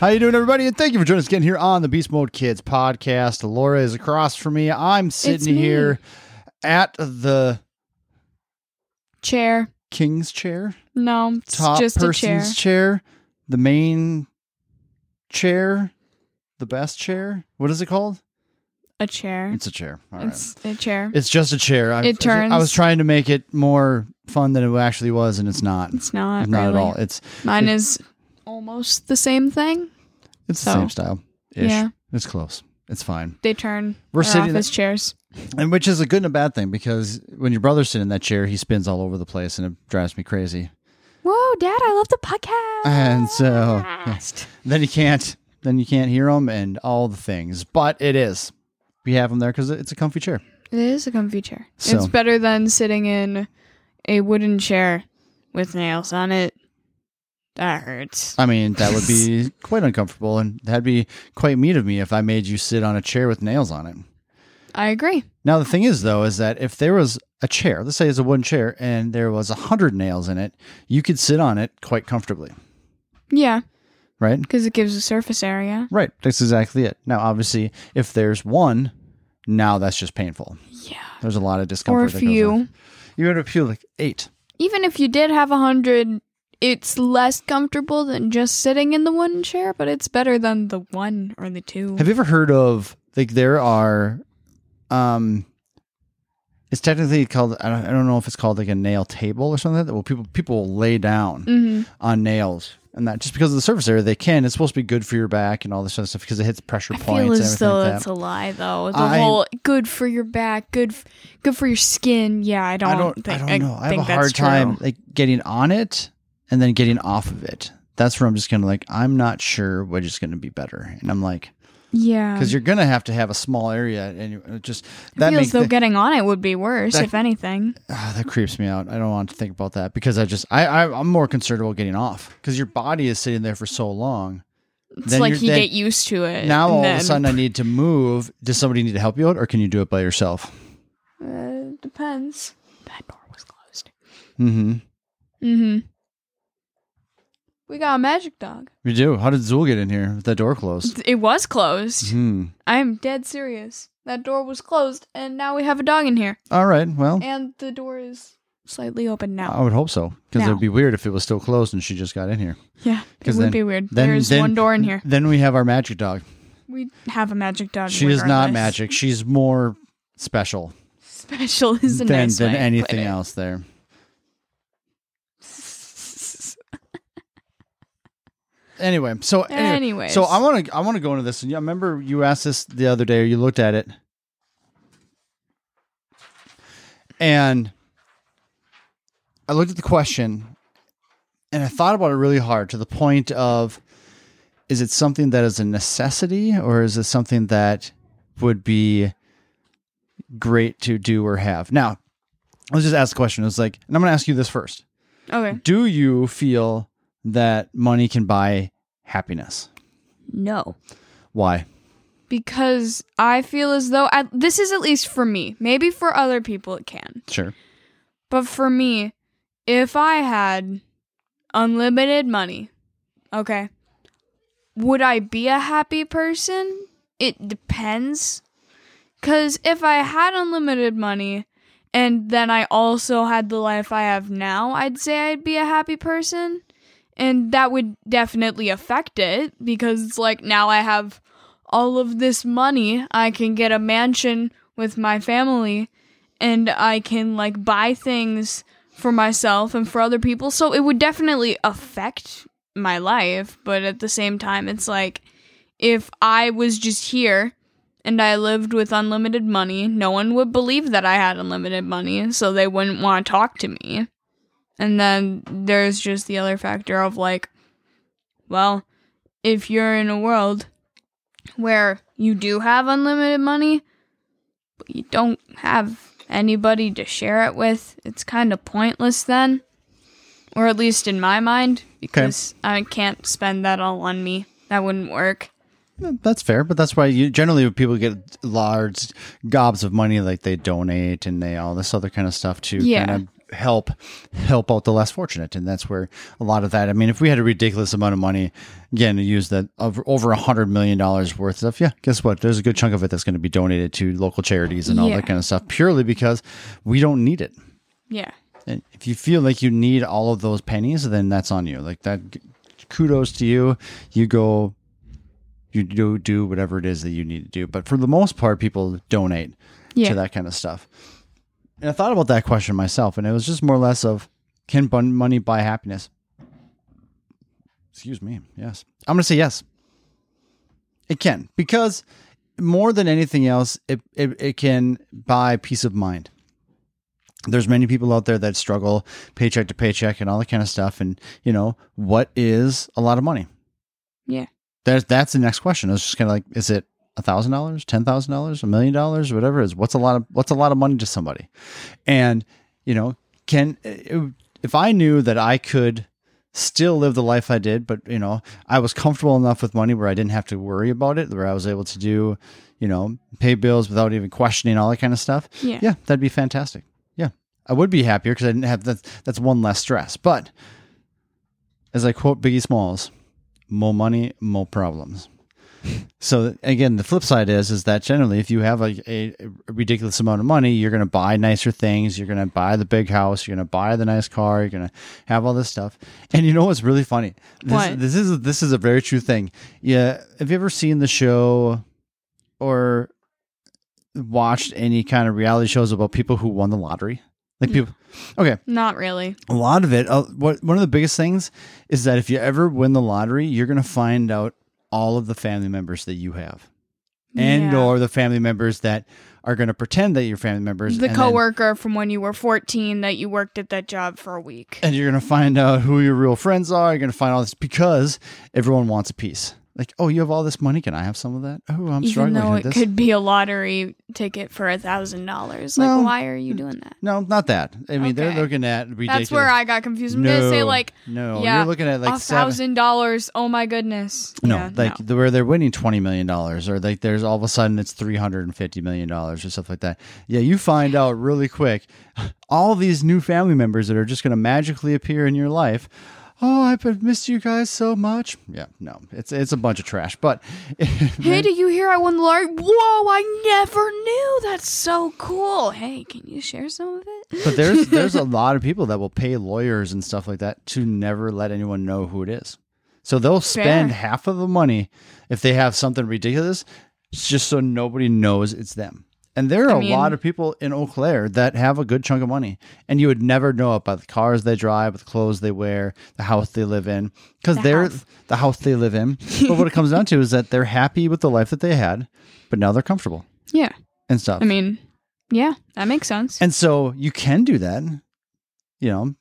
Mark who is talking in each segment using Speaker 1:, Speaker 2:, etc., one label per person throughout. Speaker 1: How you doing, everybody? And thank you for joining us again here on the Beast Mode Kids podcast. Laura is across from me. I'm
Speaker 2: It's
Speaker 1: sitting
Speaker 2: me.
Speaker 1: here at the
Speaker 2: Chair.
Speaker 1: king's chair,
Speaker 2: No, it's
Speaker 1: top
Speaker 2: just a chair.
Speaker 1: person's chair. the main chair, the best chair. What is it called?
Speaker 2: A chair.
Speaker 1: It's a chair. All right.
Speaker 2: It's a chair.
Speaker 1: It's just a chair. I,
Speaker 2: It turns.
Speaker 1: I was trying to make it more fun than it actually was, and it's not.
Speaker 2: It's not,
Speaker 1: It's not at
Speaker 2: really.
Speaker 1: all. It's
Speaker 2: Mine is almost the same thing.
Speaker 1: it's the
Speaker 2: So,
Speaker 1: same style. Ish.
Speaker 2: yeah.
Speaker 1: It's close. It's fine.
Speaker 2: They turn
Speaker 1: We're
Speaker 2: their
Speaker 1: sitting-
Speaker 2: office chairs.
Speaker 1: And which is a good and a bad thing because when your brother's sitting in that chair, he spins all over the place and it drives me crazy.
Speaker 2: Whoa, Dad! I love the podcast.
Speaker 1: And so then you can't then you can't hear him and all the things. But it is. We have him there because it's a comfy chair.
Speaker 2: it is a comfy chair.
Speaker 1: So-
Speaker 2: It's better than sitting in a wooden chair with nails on it. That hurts.
Speaker 1: I mean, that would be quite uncomfortable and that'd be quite mean of me if I made you sit on a chair with nails on it.
Speaker 2: I agree.
Speaker 1: Now the thing is though is that if there was a chair, let's say it's a wooden chair and there was a hundred nails in it, you could sit on it quite comfortably,
Speaker 2: Yeah,
Speaker 1: right?
Speaker 2: because it gives a surface area.
Speaker 1: Right. That's exactly it. Now obviously if there's one, now that's just painful.
Speaker 2: Yeah,
Speaker 1: There's a lot of discomfort.
Speaker 2: or a
Speaker 1: that goes with it.
Speaker 2: few.
Speaker 1: You had a few like eight.
Speaker 2: even if you did have a hundred, it's less comfortable than just sitting in the wooden chair, but it's better than the one or the two.
Speaker 1: Have you ever heard of like there are um it's technically called I don't, I don't know if it's called like a nail table or something like that. Well people people will lay down
Speaker 2: Mhm.
Speaker 1: on nails and that just because of the surface area they can. It's supposed to be good for your back and all this other stuff because it hits pressure
Speaker 2: I
Speaker 1: points and
Speaker 2: feel as
Speaker 1: everything
Speaker 2: though
Speaker 1: like
Speaker 2: it's
Speaker 1: that.
Speaker 2: a lie, though. The
Speaker 1: I-
Speaker 2: whole good for your back, good, f- good for your skin. Yeah, I don't.
Speaker 1: I don't
Speaker 2: think,
Speaker 1: I don't know. I,
Speaker 2: think
Speaker 1: have a
Speaker 2: that's
Speaker 1: hard time
Speaker 2: true.
Speaker 1: like getting on it and then getting off of it. That's where I'm just gonna like I'm not sure which is gonna be better. And I'm like
Speaker 2: Yeah,
Speaker 1: because you're gonna have to have a small area and you- it just
Speaker 2: I
Speaker 1: that
Speaker 2: feel
Speaker 1: makes
Speaker 2: as though
Speaker 1: the-
Speaker 2: getting on it would be worse,
Speaker 1: that-
Speaker 2: if anything.
Speaker 1: Ah, that creeps me out. I don't want to think about that because I just I, I I'm more concerned about getting off because your body is sitting there for so long.
Speaker 2: It's
Speaker 1: then
Speaker 2: like
Speaker 1: you're-
Speaker 2: you
Speaker 1: then-
Speaker 2: get used to it.
Speaker 1: Now
Speaker 2: and
Speaker 1: all of
Speaker 2: then-
Speaker 1: a sudden I need to move. Does somebody need to help you out or can you do it by yourself?
Speaker 2: uh, depends. That door was closed.
Speaker 1: Mm-hmm.
Speaker 2: Mm-hmm. We got a magic dog.
Speaker 1: We do. How did Zool get in here with that door closed?
Speaker 2: It was closed.
Speaker 1: Hmm.
Speaker 2: I am dead serious. That door was closed, and now we have a dog in here.
Speaker 1: All right. Well,
Speaker 2: And the door is slightly open now.
Speaker 1: I would hope so because it
Speaker 2: Now.
Speaker 1: would be weird if it was still closed and she just got in here.
Speaker 2: yeah, it
Speaker 1: 'Cause
Speaker 2: would
Speaker 1: then-
Speaker 2: be weird.
Speaker 1: then-
Speaker 2: There's
Speaker 1: then-
Speaker 2: one door in here.
Speaker 1: Then we have our magic dog.
Speaker 2: We have a magic dog.
Speaker 1: She is not
Speaker 2: regardless.
Speaker 1: magic. She's more special
Speaker 2: Special is a
Speaker 1: than
Speaker 2: nice
Speaker 1: than
Speaker 2: way to put
Speaker 1: anything
Speaker 2: it.
Speaker 1: else. There. Anyway, so anyway,
Speaker 2: Anyways,
Speaker 1: So I want to I want to go into this, and yeah, I remember you asked this the other day, or you looked at it, and I looked at the question, and I thought about it really hard to the point of, is it something that is a necessity, or is it something that would be great to do or have? Now, let's just ask the question. It's like, and I'm going to ask you this first:
Speaker 2: Okay.
Speaker 1: Do you feel that money can buy happiness?
Speaker 2: No,
Speaker 1: Why?
Speaker 2: because I feel as though I, this is at least for me. Maybe for other people it can.
Speaker 1: Sure.
Speaker 2: But for me, if I had unlimited money, okay, would I be a happy person? It depends. Because if I had unlimited money and then I also had the life I have now, I'd say I'd be a happy person. And that would definitely affect it because it's like now I have all of this money. I can get a mansion with my family and I can like buy things for myself and for other people. So it would definitely affect my life, but at the same time, it's like if I was just here and I lived with unlimited money, no one would believe that I had unlimited money, so they wouldn't want to talk to me. And then there's just the other factor of like, well, if you're in a world where you do have unlimited money, you don't have anybody to share it with, it's kind of pointless then. Or at least in my mind, because I can't spend that all on me. That wouldn't work.
Speaker 1: That's fair, but that's why you generally when people get large gobs of money, like they donate and they all this other kind of stuff to
Speaker 2: Yeah.
Speaker 1: kind of help help out the less fortunate and that's where a lot of that i mean if we had a ridiculous amount of money again to use that of over a hundred million dollars worth of yeah guess what there's a good chunk of it that's going to be donated to local charities and all
Speaker 2: Yeah.
Speaker 1: that kind of stuff purely because we don't need it
Speaker 2: Yeah.
Speaker 1: and if you feel like you need all of those pennies, then that's on you. Like that, kudos to you. You go, you do do whatever it is that you need to do. But for the most part, people donate
Speaker 2: Yeah.
Speaker 1: to that kind of stuff. And I thought about that question myself, and it was just more or less of, can bun- money buy happiness? Excuse me. Yes, I'm gonna say yes. It can because more than anything else, it, it, it can buy peace of mind. There's many people out there that struggle paycheck to paycheck and all that kind of stuff. And you know, what is a lot of money?
Speaker 2: Yeah.
Speaker 1: That's that's the next question. It's just kind of like, is it a thousand dollars, ten thousand dollars, a million dollars, whatever it is? What's a lot of what's a lot of money to somebody? And you know, can uh, if I knew that I could still live the life I did, but you know, I was comfortable enough with money where I didn't have to worry about it, where I was able to do, you know, pay bills without even questioning all that kind of stuff.
Speaker 2: Yeah.
Speaker 1: Yeah, that'd be fantastic. Yeah. I would be happier because I didn't have that that's one less stress. But as I quote Biggie Smalls, more money, more problems. So again, the flip side is is that generally, if you have a, a a ridiculous amount of money, you're going to buy nicer things. You're going to buy the big house. You're going to buy the nice car. You're going to have all this stuff. And you know what's really funny? This,
Speaker 2: What?
Speaker 1: this is this is a very true thing. Yeah, have you ever seen the show or watched any kind of reality shows about people who won the lottery? Like people. Okay,
Speaker 2: Not really.
Speaker 1: a lot of it uh, what one of the biggest things is that if you ever win the lottery you're going to find out all of the family members that you have and
Speaker 2: Yeah.
Speaker 1: or the family members that are going to pretend that you're family members
Speaker 2: the
Speaker 1: and then-
Speaker 2: coworker from when you were 14 that you worked at that job for a week.
Speaker 1: and you're going to find out who your real friends are you're going to find all this because everyone wants a piece like oh you have all this money can i have some of that oh i'm
Speaker 2: Even
Speaker 1: struggling
Speaker 2: though
Speaker 1: with
Speaker 2: it
Speaker 1: this
Speaker 2: could be a lottery ticket for a thousand dollars.
Speaker 1: No.
Speaker 2: Like why are
Speaker 1: hmm.
Speaker 2: you doing that?
Speaker 1: no not that i mean they're
Speaker 2: Okay.
Speaker 1: looking at ridiculous
Speaker 2: That's where I got confused. I'm gonna say like
Speaker 1: no
Speaker 2: yeah,
Speaker 1: you're looking at like
Speaker 2: a
Speaker 1: seven
Speaker 2: thousand dollars. Oh my goodness.
Speaker 1: No,
Speaker 2: Yeah,
Speaker 1: like the where they're winning twenty million dollars, or like there's all of a sudden it's three hundred and fifty million dollars or stuff like that. Yeah, you find out really quick all these new family members that are just going to magically appear in your life. Oh, I've missed you guys so much. Yeah, no, it's it's a bunch of trash. But
Speaker 2: Hey, did you hear I won the lottery? Whoa, I never knew. That's so cool. Hey, can you share some of it?
Speaker 1: but there's there's a lot of people that will pay lawyers and stuff like that to never let anyone know who it is. So they'll spend
Speaker 2: Fair.
Speaker 1: half of the money if they have something ridiculous, it's just so nobody knows it's them. And there are
Speaker 2: I
Speaker 1: a
Speaker 2: mean-
Speaker 1: lot of people in Eau Claire that have a good chunk of money, and you would never know it by the cars they drive, the clothes they wear, the house they live in, because
Speaker 2: The
Speaker 1: they're
Speaker 2: house.
Speaker 1: the house they live in. but what it comes down to is that they're happy with the life that they had, but now they're comfortable
Speaker 2: Yeah.
Speaker 1: and stuff.
Speaker 2: I mean, yeah, that makes sense.
Speaker 1: and so you can do that, you know,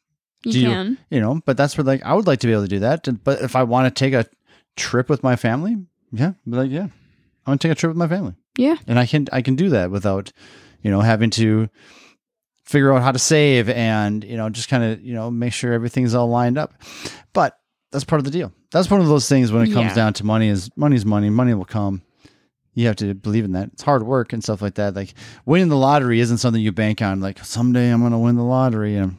Speaker 2: you
Speaker 1: do you-
Speaker 2: can.
Speaker 1: you know but that's where like i would like to be able to do that to- but if i want to take a trip with my family yeah be like yeah i want to take a trip with my family
Speaker 2: Yeah.
Speaker 1: and i can i can do that without you know having to figure out how to save and you know just kind of you know make sure everything's all lined up but that's part of the deal that's one of those things when it comes
Speaker 2: Yeah.
Speaker 1: down to money is money's money money will come you have to believe in that it's hard work and stuff like that like winning the lottery isn't something you bank on like someday i'm gonna win the lottery and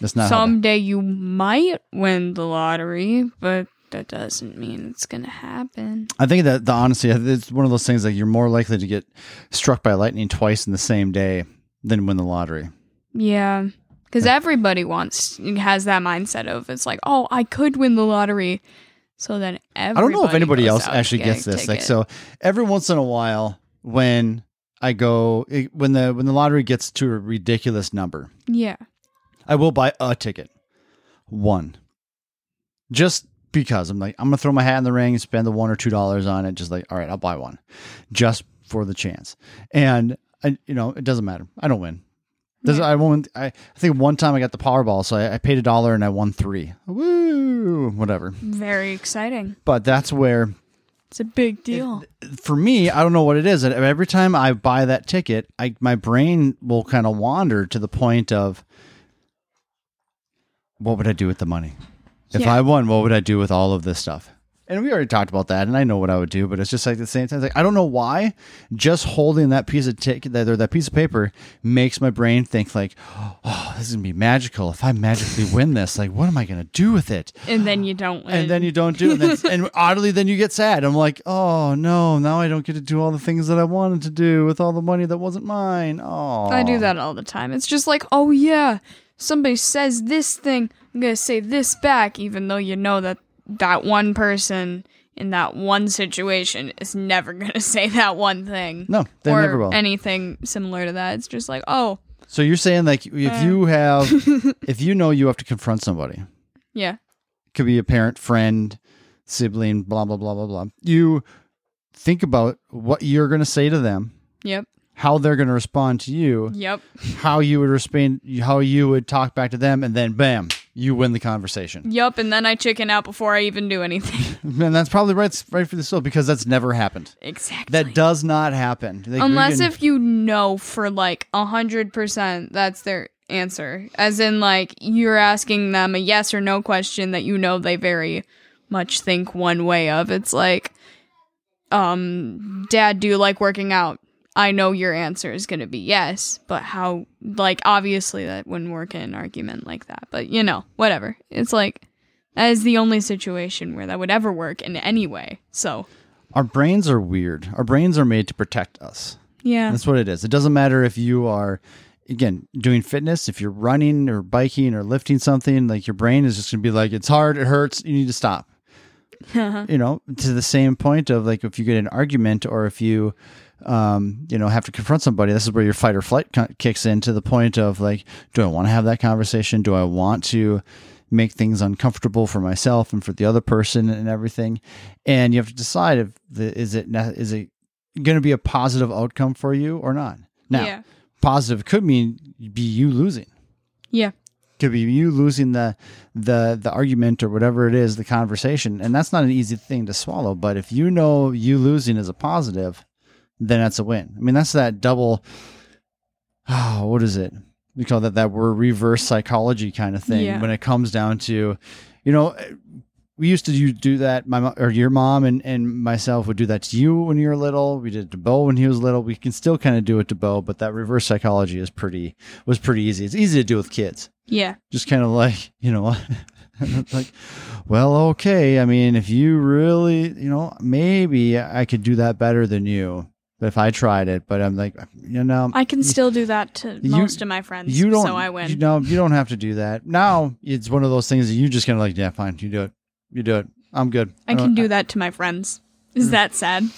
Speaker 1: that's not how that-
Speaker 2: Someday you might win the lottery, but that doesn't mean it's gonna happen.
Speaker 1: I think that the honesty it's one of those things that you're more likely to get struck by lightning twice in the same day than win the lottery.
Speaker 2: Yeah. Because everybody wants has that mindset of it's like, oh, I could win the lottery, so then
Speaker 1: I
Speaker 2: everybody
Speaker 1: don't know if anybody
Speaker 2: goes
Speaker 1: else
Speaker 2: out to
Speaker 1: actually
Speaker 2: get
Speaker 1: gets
Speaker 2: a
Speaker 1: this. Like
Speaker 2: ticket.
Speaker 1: so every once in a while when I go it- when the when the lottery gets to a ridiculous number,
Speaker 2: yeah,
Speaker 1: I will buy a ticket. One. Just because I'm like I'm going to throw my hat in the ring and spend the 1 or 2 dollars on it just like all right, I'll buy one just for the chance. And I, you know, it doesn't matter. I don't win. Does
Speaker 2: Yeah.
Speaker 1: I won? I, I think one time I got the Powerball, so I, I paid a dollar and I won three. Woo! Whatever.
Speaker 2: very exciting.
Speaker 1: But that's where,
Speaker 2: It's a big deal.
Speaker 1: for me, I don't know what it is. and Every time I buy that ticket, I my brain will kind of wander to the point of, what would I do with the money? If
Speaker 2: Yeah.
Speaker 1: I won, what would I do with all of this stuff? And we already talked about that, and I know what I would do, but it's just like at the same time, it's like I don't know why, just holding that piece of ticket that or that piece of paper makes my brain think like, oh, this is gonna be magical. If I magically win this, like, what am I gonna do with it?
Speaker 2: and then you don't win.
Speaker 1: And then you don't do it, and, then, and oddly, then you get sad. I'm like, oh no, now I don't get to do all the things that I wanted to do with all the money that wasn't mine. Oh,
Speaker 2: I do that all the time. It's just like, oh yeah, somebody says this thing, I'm gonna say this back, even though you know that that one person in that one situation is never gonna say that one thing.
Speaker 1: No, they
Speaker 2: or
Speaker 1: never will.
Speaker 2: anything similar to that. It's just like, oh
Speaker 1: So you're saying like if
Speaker 2: Uh.
Speaker 1: you have, if you know you have to confront somebody,
Speaker 2: yeah,
Speaker 1: could be a parent, friend, sibling, blah, blah, blah, blah, blah. You think about what you're going to say to them,
Speaker 2: yep,
Speaker 1: how they're going to respond to you,
Speaker 2: yep,
Speaker 1: how you would respond, how you would talk back to them, and then bam, you win the conversation.
Speaker 2: yep. And then I chicken out before I even do anything.
Speaker 1: And that's probably right, right for the soul because that's never happened.
Speaker 2: exactly.
Speaker 1: That does not happen. Like, we
Speaker 2: Unless
Speaker 1: can-
Speaker 2: if you know for like a hundred percent that's their answer, as in like you're asking them a yes or no question that you know they very much think one way of. It's like, um, Dad, do you like working out? I know your answer is going to be yes, but how? Like, obviously that wouldn't work in an argument like that. But you know, whatever. It's like that is the only situation where that would ever work in any way. So
Speaker 1: our brains are weird. Our brains are made to protect us.
Speaker 2: yeah,
Speaker 1: That's what it is. It doesn't matter if you are, again, doing fitness, if you're running or biking or lifting something, like your brain is just going to be like, it's hard, it hurts, you need to stop. you know, to the same point of like if you get in an argument or if you, um, you know, have to confront somebody, this is where your fight or flight co- kicks in to the point of like, do I want to have that conversation? Do I want to make things uncomfortable for myself and for the other person and everything? And you have to decide if the, is it ne- is it going to be a positive outcome for you or not. Now,
Speaker 2: Yeah.
Speaker 1: positive could mean be you losing
Speaker 2: yeah,
Speaker 1: could be you losing the the the argument or whatever it is the conversation and that's not an easy thing to swallow but if you know you losing is a positive then that's a win i mean that's that double oh what is it we call that that we're reverse psychology kind of thing
Speaker 2: Yeah.
Speaker 1: when it comes down to you know we used to do- do that my mo- or your mom and, and myself would do that to you when you were little we did it to bo when he was little we can still kind of do it to bo but that reverse psychology is pretty was pretty easy it's easy to do with kids
Speaker 2: yeah,
Speaker 1: just kind of like you know like well okay i mean if you really you know maybe i could do that better than you if i tried it but i'm like you know
Speaker 2: I can still do that to
Speaker 1: You-
Speaker 2: most of my friends.
Speaker 1: you don't
Speaker 2: so I win.
Speaker 1: you know you don't have to do that now it's one of those things that you just kind of like yeah fine you do it you do it i'm good Uh,
Speaker 2: I can do that to my friends.
Speaker 1: Mm.
Speaker 2: Is that sad?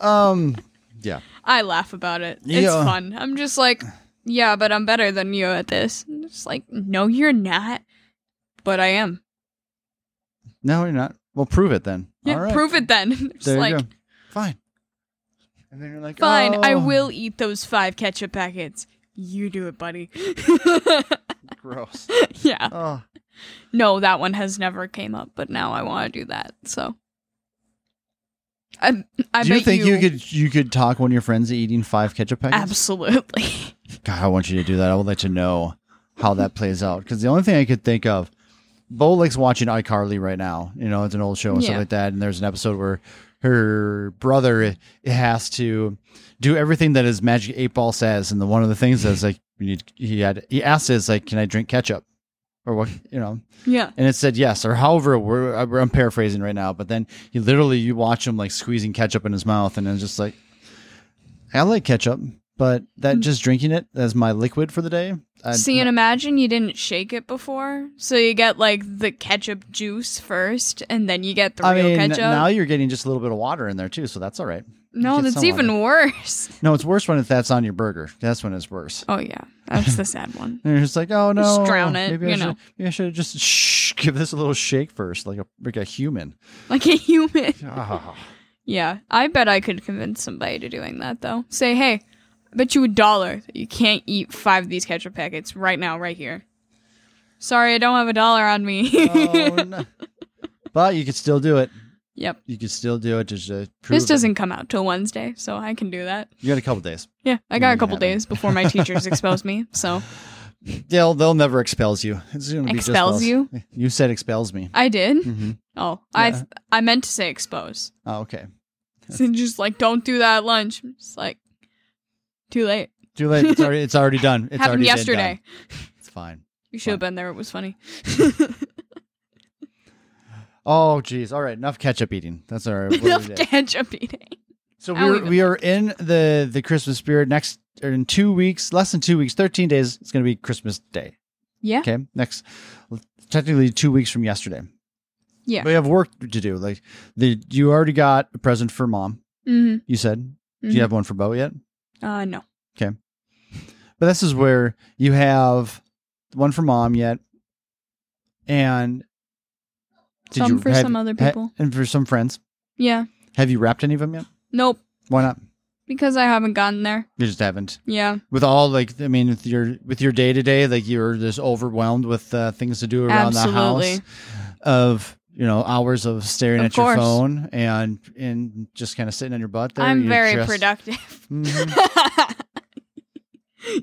Speaker 1: um yeah
Speaker 2: I laugh about it. It's
Speaker 1: Yeah.
Speaker 2: fun. I'm just like, yeah, but I'm better than you at this. And It's like, no, you're not. But I am.
Speaker 1: no you're not well prove it then
Speaker 2: Yeah,
Speaker 1: all right
Speaker 2: prove it then. It's
Speaker 1: there you
Speaker 2: like,
Speaker 1: go fine and then you're like
Speaker 2: fine, I
Speaker 1: "Oh,
Speaker 2: will eat those five ketchup packets. You do it, buddy.
Speaker 1: gross
Speaker 2: yeah.
Speaker 1: oh
Speaker 2: No, that one has never came up, but now I want to do that. So, I, I
Speaker 1: do you
Speaker 2: bet
Speaker 1: think you... could you could talk one of your friends to eating five ketchup packets
Speaker 2: absolutely.
Speaker 1: God, I want you to do that. I would like to know how that plays out because the only thing I could think of, Bo likes watching iCarly right now. You know, it's an old show and stuff
Speaker 2: Yeah.
Speaker 1: like that. And there's an episode where her brother has to do everything that his magic eight ball says, and the one of the things is like you need. He had he asked is like, can I drink ketchup? Or what you know,
Speaker 2: yeah.
Speaker 1: and it said yes, or however. We're, I'm paraphrasing right now, but then he literally you watch him like squeezing ketchup in his mouth, and it's just like, I like ketchup, but
Speaker 2: Mm.
Speaker 1: that just drinking it as my liquid for the day. I,
Speaker 2: See, and imagine you didn't shake it before, so you get like the ketchup juice first, and then you get the
Speaker 1: I
Speaker 2: real
Speaker 1: mean,
Speaker 2: ketchup.
Speaker 1: now you're getting just a little bit of water in there too, so that's all right.
Speaker 2: no,
Speaker 1: get
Speaker 2: that's
Speaker 1: some
Speaker 2: even worse.
Speaker 1: No, it's worse when if that's on your burger. That's when it's worse.
Speaker 2: Oh yeah, that's the sad one.
Speaker 1: And you're just like, oh no,
Speaker 2: Just drown it,
Speaker 1: Maybe I
Speaker 2: you
Speaker 1: should,
Speaker 2: know.
Speaker 1: maybe I should just shh, give this a little shake first, like a like a human.
Speaker 2: Like a human.
Speaker 1: Ah.
Speaker 2: Yeah, I bet I could convince somebody to doing that though. Say, hey, I bet you a dollar that you can't eat five of these ketchup packets right now, right here. Sorry, I don't have a dollar on me.
Speaker 1: Oh, no. But you could still do it.
Speaker 2: yep.
Speaker 1: You could still do it. Just uh, prove
Speaker 2: This
Speaker 1: it.
Speaker 2: doesn't come out till Wednesday, so I can do that.
Speaker 1: You got a couple days.
Speaker 2: Yeah, I got
Speaker 1: you
Speaker 2: a couple
Speaker 1: haven't.
Speaker 2: days before my teachers expose me, so
Speaker 1: They'll they'll never expels you. It's gonna be just
Speaker 2: Expels
Speaker 1: us.
Speaker 2: you?
Speaker 1: You said expels me.
Speaker 2: I did.
Speaker 1: Mm-hmm.
Speaker 2: Oh,
Speaker 1: Yeah.
Speaker 2: I I meant to say expose.
Speaker 1: Oh, okay.
Speaker 2: So just like don't do that at lunch. It's like too late.
Speaker 1: Too late. It's already it's already done. It's already
Speaker 2: Happened
Speaker 1: been
Speaker 2: yesterday.
Speaker 1: done. It's fine.
Speaker 2: You should have been there. It was funny.
Speaker 1: Oh geez. All right. Enough ketchup eating. That's all right. We're
Speaker 2: Enough
Speaker 1: good.
Speaker 2: ketchup eating.
Speaker 1: So
Speaker 2: I don't
Speaker 1: we are
Speaker 2: even
Speaker 1: we are in the the Christmas spirit next or in two weeks, less than two weeks, thirteen days. It's gonna be Christmas Day.
Speaker 2: Yeah.
Speaker 1: Okay. Next, technically two weeks from yesterday.
Speaker 2: Yeah.
Speaker 1: We have work to do. Like the you already got a present for mom.
Speaker 2: Mm-hmm.
Speaker 1: You said. Do you have one for Bo yet?
Speaker 2: Uh, no.
Speaker 1: But this is where you have one for mom yet, and
Speaker 2: Some for
Speaker 1: have-
Speaker 2: some other
Speaker 1: ha-
Speaker 2: people.
Speaker 1: and for some friends.
Speaker 2: Yeah.
Speaker 1: Have you wrapped any of them yet?
Speaker 2: Nope.
Speaker 1: Why not?
Speaker 2: Because I haven't gotten there.
Speaker 1: You just haven't.
Speaker 2: Yeah.
Speaker 1: with all like I mean with your with your day to day like you're just overwhelmed with uh, things to do around the
Speaker 2: Absolutely.
Speaker 1: house of you know hours of staring
Speaker 2: Of
Speaker 1: at your
Speaker 2: course.
Speaker 1: phone and and just kind of sitting on your butt there.
Speaker 2: I'm
Speaker 1: You're
Speaker 2: very
Speaker 1: just-
Speaker 2: productive.
Speaker 1: Mhm.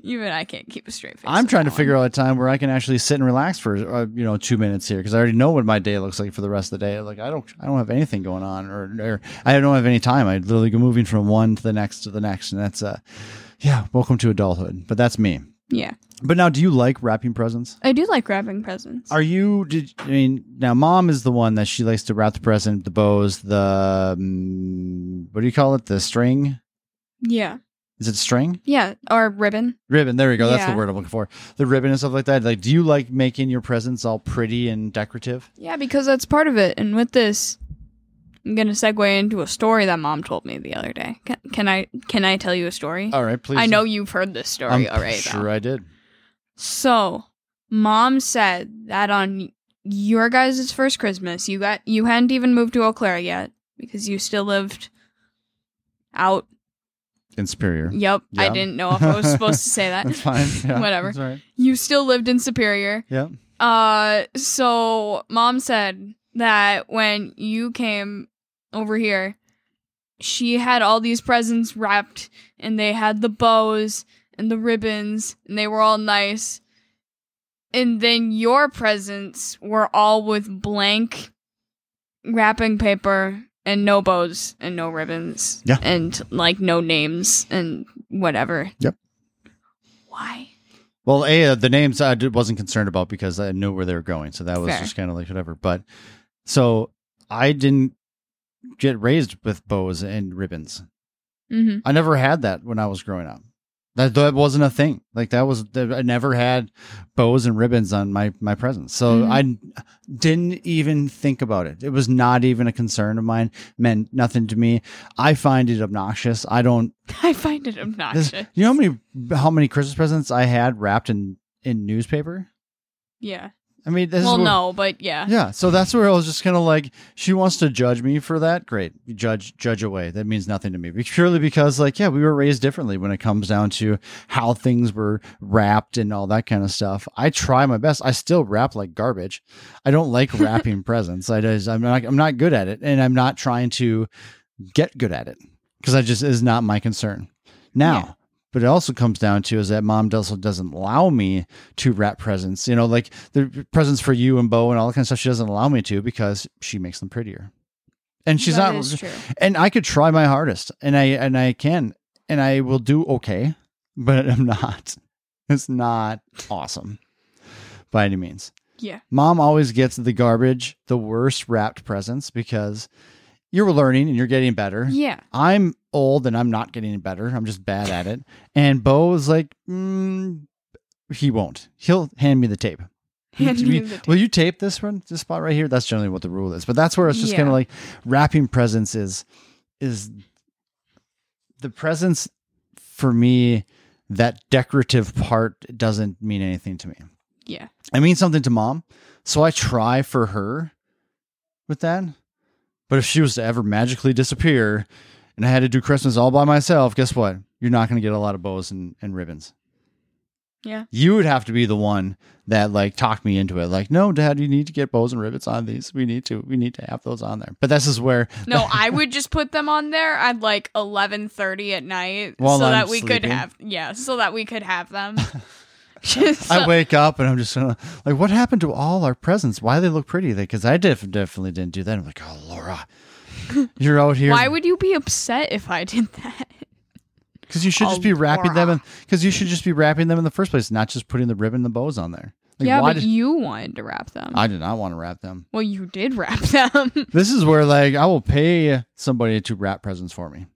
Speaker 2: Even I can't keep a straight face.
Speaker 1: I'm
Speaker 2: on
Speaker 1: trying to
Speaker 2: that
Speaker 1: figure
Speaker 2: one.
Speaker 1: out a time where I can actually sit and relax for uh, you know two minutes here because I already know what my day looks like for the rest of the day. Like I don't I don't have anything going on or, or I don't have any time. I literally go moving from one to the next to the next, and that's uh yeah. Welcome to adulthood, but that's me.
Speaker 2: Yeah.
Speaker 1: But now, do you like wrapping presents?
Speaker 2: I do like wrapping presents.
Speaker 1: Are you? Did I mean now? Mom is the one that she likes to wrap the present, the bows, the um, what do you call it? The string?
Speaker 2: yeah.
Speaker 1: Is it string?
Speaker 2: Yeah. Or ribbon.
Speaker 1: Ribbon. There we go. That's the
Speaker 2: Yeah.
Speaker 1: word I'm looking for. The ribbon and stuff like that. Like, do you like making your presents all pretty and decorative?
Speaker 2: Yeah, because that's part of it. And with this, I'm gonna segue into a story that mom told me the other day. Can, can I can I tell you a story?
Speaker 1: All right, Oh, please.
Speaker 2: I know you've heard this story
Speaker 1: I'm
Speaker 2: already. though.
Speaker 1: Sure, I did.
Speaker 2: So, mom said that on your guys' first Christmas, you got you hadn't even moved to Eau Claire yet because you still lived out.
Speaker 1: In Superior.
Speaker 2: Yep, I
Speaker 1: Yeah.
Speaker 2: didn't know if I was supposed to say that.
Speaker 1: That's fine. Yeah,
Speaker 2: Whatever.
Speaker 1: That's all right.
Speaker 2: You still lived in Superior.
Speaker 1: Yeah.
Speaker 2: Uh, so mom said that when you came over here, she had all these presents wrapped, and they had the bows and the ribbons, and they were all nice. And then your presents were all with blank wrapping paper and no bows and no ribbons.
Speaker 1: Yeah.
Speaker 2: And like no names and whatever.
Speaker 1: Yep.
Speaker 2: Why?
Speaker 1: Well, a uh, the names I did, wasn't concerned about because I knew where they were going, so that was
Speaker 2: Fair.
Speaker 1: just kind of like whatever. But so I didn't get raised with bows and ribbons.
Speaker 2: Mm-hmm.
Speaker 1: I never had that when I was growing up. That that wasn't a thing. Like that was that- I never had bows and ribbons on my my presents. So
Speaker 2: Mhm.
Speaker 1: I didn't even think about it. It was not even a concern of mine. Meant nothing to me. I find it obnoxious. I don't.
Speaker 2: I find it
Speaker 1: this-
Speaker 2: obnoxious.
Speaker 1: you know how many how many Christmas presents I had wrapped in in newspaper.
Speaker 2: yeah.
Speaker 1: I mean, this
Speaker 2: Well,
Speaker 1: is where-
Speaker 2: no, but yeah.
Speaker 1: Yeah, so that's where I was just kind of like, she wants to judge me for that. Great, judge judge away. That means nothing to me. Be- Purely because, like, yeah, we were raised differently when it comes down to how things were wrapped and all that kind of stuff. I try my best. I still wrap like garbage. I don't like wrapping presents. I just, I'm not I'm not good at it, and I'm not trying to get good at it because I just is not my concern now.
Speaker 2: Yeah.
Speaker 1: But it also comes down to is that mom also doesn't allow me to wrap presents. You know, like the presents for you and Bo and all that kind of stuff. She doesn't allow me to because she makes them prettier, and she's
Speaker 2: That
Speaker 1: not.
Speaker 2: is true.
Speaker 1: And I could try my hardest, and I and I can, and I will do okay, but I'm not. It's not awesome by any means
Speaker 2: Yeah.
Speaker 1: mom always gets the garbage, the worst wrapped presents because you're learning and you're getting better.
Speaker 2: Yeah.
Speaker 1: I'm old and I'm not getting better. I'm just bad at it. And Bo was like, mm, he won't. He'll hand me the tape.
Speaker 2: Hand
Speaker 1: You-
Speaker 2: me
Speaker 1: you-
Speaker 2: the tape.
Speaker 1: Will you tape this one, this spot right here? That's generally what the rule is. But that's where it's just
Speaker 2: Yeah.
Speaker 1: kind of like wrapping presents is is the presents for me. That decorative part doesn't mean anything to me.
Speaker 2: Yeah.
Speaker 1: I mean something to mom. So I try for her with that. But if she was to ever magically disappear and I had to do Christmas all by myself, guess what? You're not going to get a lot of bows and, and ribbons.
Speaker 2: Yeah.
Speaker 1: You would have to be the one that like talked me into it. Like, no, dad, you need to get bows and ribbons on these. We need to, we need to have those on there. But this is where,
Speaker 2: No, I would just put them on there at like 11:30 at night
Speaker 1: While
Speaker 2: so
Speaker 1: I'm
Speaker 2: that we could
Speaker 1: sleeping?
Speaker 2: have yeah, so that we could have them. Just
Speaker 1: I wake up and I'm just gonna, like, what happened to all our presents? Why they look pretty? Because I def- definitely didn't do that. I'm like, oh, Laura, you're out here.
Speaker 2: why would you be upset if I did that?
Speaker 1: Because you should
Speaker 2: Oh,
Speaker 1: just be wrapping them in. Because you should just be wrapping them in the first place, not just putting the ribbon and the bows on there. Like,
Speaker 2: yeah,
Speaker 1: why
Speaker 2: but
Speaker 1: did
Speaker 2: you wanted to wrap them.
Speaker 1: I did not want to wrap them?
Speaker 2: well, you did wrap them.
Speaker 1: This is where like I will pay somebody to wrap presents for me.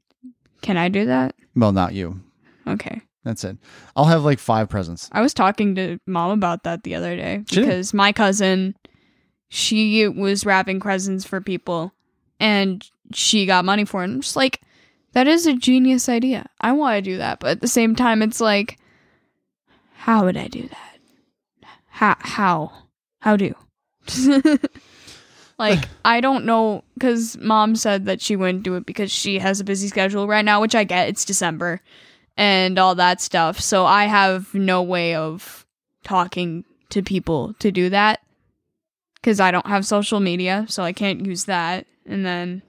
Speaker 2: Can I do that?
Speaker 1: Well, not you.
Speaker 2: Okay.
Speaker 1: That's it. I'll have like five presents.
Speaker 2: I was talking to mom about that the other day
Speaker 1: She did.
Speaker 2: because my cousin, she was wrapping presents for people and she got money for it. I'm just like, that is a genius idea. I want to do that. But at the same time, it's like, how would I do that? How? How? How do? like, I don't know because mom said that she wouldn't do it because she has a busy schedule right now, which I get. It's December and all that stuff. So I have no way of talking to people to do that because I don't have social media, so I can't use that. And then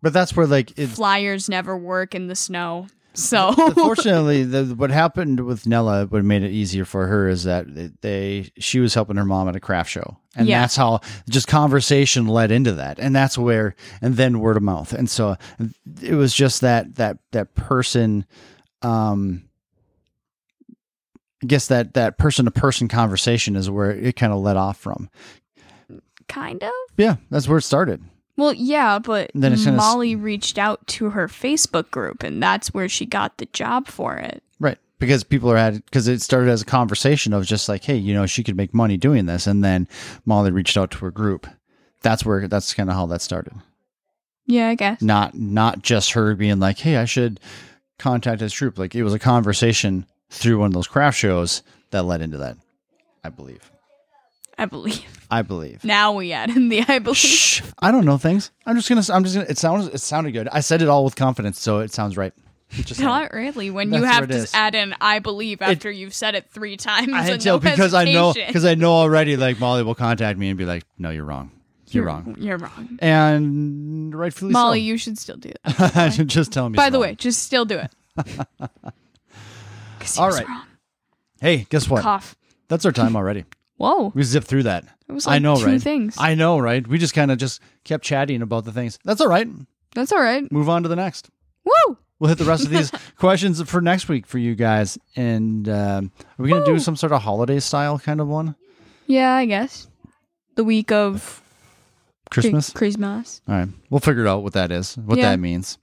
Speaker 1: But that's where like it's
Speaker 2: flyers never work in the snow. So
Speaker 1: Fortunately, the, what happened with Nella, what made it easier for her is that they she was helping her mom at a craft show, and
Speaker 2: Yeah.
Speaker 1: that's how just conversation led into that, and that's where, and then word of mouth, and so it was just that that that person, um, I guess that that person to person conversation is where it kind of led off from.
Speaker 2: kind of.
Speaker 1: Yeah, that's where it started.
Speaker 2: Well, yeah, but
Speaker 1: Then it's gonna s-
Speaker 2: Molly reached out to her Facebook group, and that's where she got the job for it.
Speaker 1: Right. Because people are at because it started as a conversation of just like, hey, you know, she could make money doing this, and then Molly reached out to her group. That's where that's kind of how that started.
Speaker 2: Yeah, I guess.
Speaker 1: Not not just her being like, hey, I should contact this group. Like it was a conversation through one of those craft shows that led into that. I believe.
Speaker 2: I believe.
Speaker 1: I believe.
Speaker 2: Now we add in the I believe.
Speaker 1: Shh. I don't know things. I'm just gonna. I'm just gonna. It sounds. It sounded good. I said it all with confidence, so it sounds right. Just saying.
Speaker 2: Not really. When you
Speaker 1: That's
Speaker 2: have
Speaker 1: what it
Speaker 2: to
Speaker 1: is.
Speaker 2: add in "I believe" after you've said it three times,
Speaker 1: I
Speaker 2: and
Speaker 1: tell
Speaker 2: no
Speaker 1: because I know
Speaker 2: hesitation.
Speaker 1: because I know already. Like Molly will contact me and be like, "No, you're wrong. You're, wrong,"
Speaker 2: You're wrong,
Speaker 1: and rightfully
Speaker 2: Molly.
Speaker 1: so.
Speaker 2: You should still do that.
Speaker 1: just tell me.
Speaker 2: By the way, just still do it. 'Cause he
Speaker 1: All
Speaker 2: was
Speaker 1: right.
Speaker 2: wrong.
Speaker 1: hey, guess what?
Speaker 2: Cough.
Speaker 1: That's our time already.
Speaker 2: Whoa.
Speaker 1: We zipped through that.
Speaker 2: It was
Speaker 1: I
Speaker 2: like
Speaker 1: know,
Speaker 2: two
Speaker 1: right?
Speaker 2: things.
Speaker 1: I know, right? We just kind of just kept chatting about the things. That's all right.
Speaker 2: That's all right.
Speaker 1: Move on to the next.
Speaker 2: Woo.
Speaker 1: We'll hit the rest of these questions for next week for you guys. And um, are we gonna do some sort of holiday style kind of one?
Speaker 2: Yeah, I guess. The week of Chri-
Speaker 1: Christmas.
Speaker 2: Christmas.
Speaker 1: All right, we'll figure it out what that is, what
Speaker 2: Yeah.
Speaker 1: that means.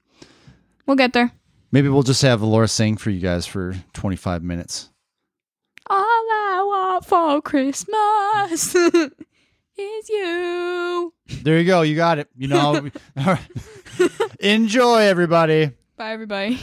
Speaker 2: We'll get there.
Speaker 1: Maybe we'll just have Laura sing for you guys for 25 minutes.
Speaker 2: All I want for Christmas is you.
Speaker 1: There you go. You got it. You know, all right. enjoy everybody.
Speaker 2: Bye, everybody.